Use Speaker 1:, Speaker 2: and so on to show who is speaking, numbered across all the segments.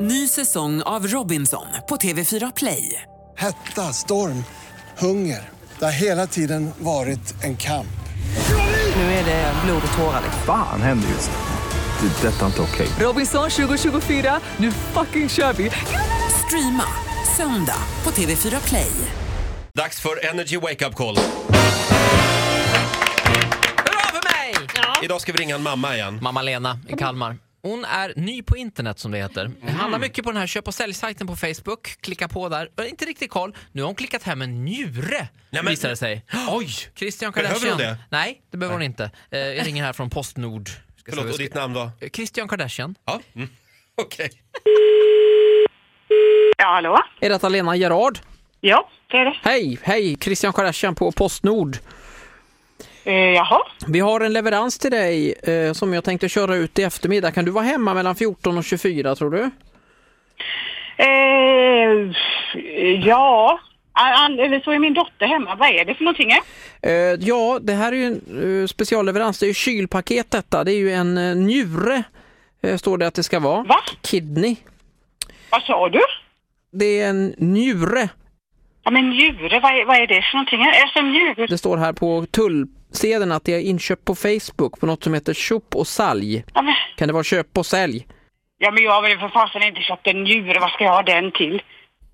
Speaker 1: Ny säsong av Robinson på TV4 Play.
Speaker 2: Hetta, storm, hunger. Det har hela tiden varit en kamp.
Speaker 1: Nu är det blod och tårar.
Speaker 3: Fan händer just nu. Det. är Detta är inte okej.
Speaker 1: Robinson 2024, nu fucking kör vi! Streama söndag på TV4 Play.
Speaker 4: Dags för Energy Wake Up Call.
Speaker 5: Hurra för mig!
Speaker 4: Idag ska vi ringa en mamma igen.
Speaker 5: Mamma Lena i Kalmar. Hon är ny på internet som det heter. Handlar
Speaker 4: Mm.
Speaker 5: mycket på den här köp och säljsajten på Facebook. Klicka på där. Och inte riktigt koll. Nu har hon klickat hem en njure
Speaker 4: men-
Speaker 5: visar det sig.
Speaker 4: Oj!
Speaker 5: Christian
Speaker 4: Behöver
Speaker 5: Kardashian.
Speaker 4: hon det?
Speaker 5: Nej, det behöver hon inte. Eh, Jag ringer här från Postnord. Ska se vad
Speaker 4: Förlåt, och
Speaker 5: jag
Speaker 4: ditt namn var?
Speaker 5: ska- Christian Kardashian.
Speaker 4: Ja. Mm. Okej.
Speaker 6: Ja, hallå?
Speaker 5: Är detta Lena Gerard?
Speaker 6: Ja, det är det.
Speaker 5: Hej, hej! Christian Kardashian på Postnord.
Speaker 6: Eh, jaha?
Speaker 5: Vi har en leverans till dig eh, som jag tänkte köra ut i eftermiddag. Kan du vara hemma mellan 14 och 24 tror du?
Speaker 6: Eh, ja, An- an- eller så är min dotter hemma. Vad är det för någonting? eh?
Speaker 5: Eh, ja, det här är ju en eh, specialleverans. Det är ju kylpaket detta. Det är ju en eh, njure, eh, står det att det ska vara.
Speaker 6: Va?
Speaker 5: Kidney.
Speaker 6: Vad sa du?
Speaker 5: Det är en njure.
Speaker 6: Ja, men njure, vad är, vad är det för någonting? eh? Alltså njure?
Speaker 5: Det står här på tullsedeln att det är inköp på Facebook på något som heter Shop och salg.
Speaker 6: Ja, men,
Speaker 5: Kan det vara köp och sälj?
Speaker 6: ja, men jag har väl för fasen inte köpt en njure. Vad ska jag ha den till?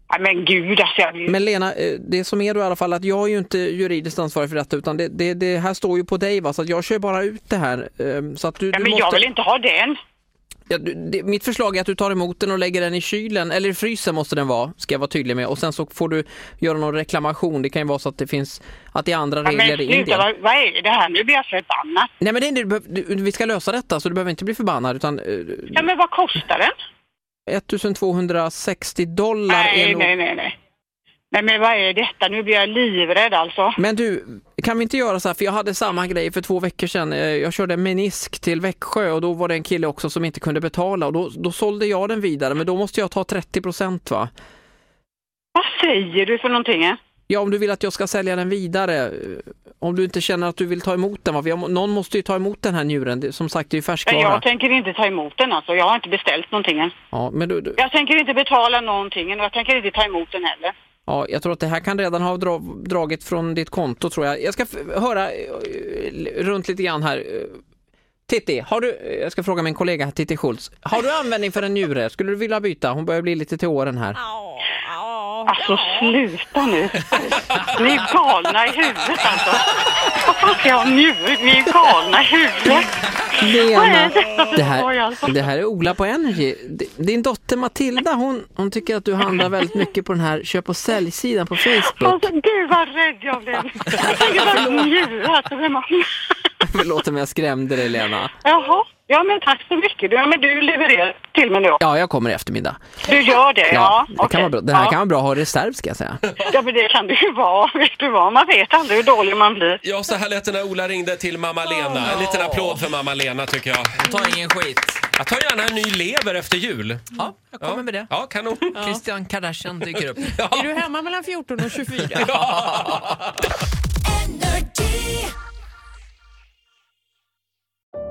Speaker 6: Ja, men gud, alltså jag blir...
Speaker 5: Men Lena, eh, det som är då i alla fall att jag är ju inte juridiskt ansvarig för detta utan det, det, det här står ju på dig va, så att jag kör bara ut det här. eh, Så att du,
Speaker 6: ja,
Speaker 5: du
Speaker 6: men
Speaker 5: måste...
Speaker 6: jag vill inte ha den.
Speaker 5: Ja, du, det, mitt förslag är att du tar emot den och lägger den i kylen, eller i frysen måste den vara, ska jag vara tydlig med. Och sen så får du göra någon reklamation. Det kan ju vara så att det finns, att det är andra
Speaker 6: Ja, men
Speaker 5: regler i
Speaker 6: sluta,
Speaker 5: Indien.
Speaker 6: vad, vad är det här? Nu blir jag förbannad.
Speaker 5: Nej men det, är inte- du, behöver- du, vi ska lösa detta så du behöver inte bli förbannad utan eh,
Speaker 6: Ja, men vad kostar den?
Speaker 5: 1260 dollar är
Speaker 6: Nej,
Speaker 5: nog...
Speaker 6: nej, nej, nej. Nej, men vad är detta? Nu blir jag livrädd alltså.
Speaker 5: Men du, kan vi inte göra så här, för jag hade samma grej för två veckor sedan. Eh, Jag körde en menisk till Växjö och då var det en kille också som inte kunde betala och då, då sålde jag den vidare men då måste jag ta 30 procent va?
Speaker 6: Vad säger du för någonting? eh?
Speaker 5: Ja, om du vill att jag ska sälja den vidare. eh, Om du inte känner att du vill ta emot den. Va? Vi har- Någon måste ju ta emot den här njuren. Det- Som sagt, det är ju
Speaker 6: Nej,
Speaker 5: färskvara.
Speaker 6: jag tänker inte ta emot den alltså. Jag har inte beställt någonting än.
Speaker 5: ja, men du, du,
Speaker 6: Jag tänker inte betala någonting än och jag tänker inte ta emot den heller.
Speaker 5: ja, jag tror att det här kan redan ha dra, dragit från ditt konto tror jag. Jag ska f- höra eh, l- runt lite grann här. Eh, Titti, har du, eh, jag ska fråga min kollega här, Titti Schultz. Har du användning för en njure? Skulle du vilja byta? Hon börjar bli lite till åren här.
Speaker 6: Alltså sluta nu. Ni är galna i huvudet alltså. Vad fan ska jag ha nu? Ni är galna i huvudet. Vad är
Speaker 5: Lena,
Speaker 6: detta för
Speaker 5: det
Speaker 6: skoj alltså?
Speaker 5: här, det här är Ola på Energy. D- Din dotter Matilda hon, hon tycker att du handlar väldigt mycket på den här köp och säljsidan på Facebook.
Speaker 6: Alltså gud vad rädd jag blev. Jag tänker bara njura. Alltså, vem har-
Speaker 5: Förlåt om jag skrämde dig Lena.
Speaker 6: Jaha. Ja men tack så mycket. Ja men du levererar till mig nu.
Speaker 5: Ja, jag kommer i eftermiddag.
Speaker 6: Du gör det? Ja.
Speaker 5: det kan
Speaker 6: okej.
Speaker 5: vara bra. Det här
Speaker 6: ja.
Speaker 5: kan vara bra att ha i reserv ska jag säga.
Speaker 6: ja men det kan det ju vara. Vet du vad? Man vet aldrig hur dålig man blir.
Speaker 4: Ja, så här lät det när Ola ringde till mamma Lena. En liten applåd för mamma Lena tycker jag.
Speaker 5: Ta ingen skit.
Speaker 4: Jag tar gärna en ny lever efter jul.
Speaker 5: Ja, jag kommer med det.
Speaker 4: Ja, kanon.
Speaker 5: Christian Kardashian dyker upp.
Speaker 7: Är du hemma mellan 14 och 24?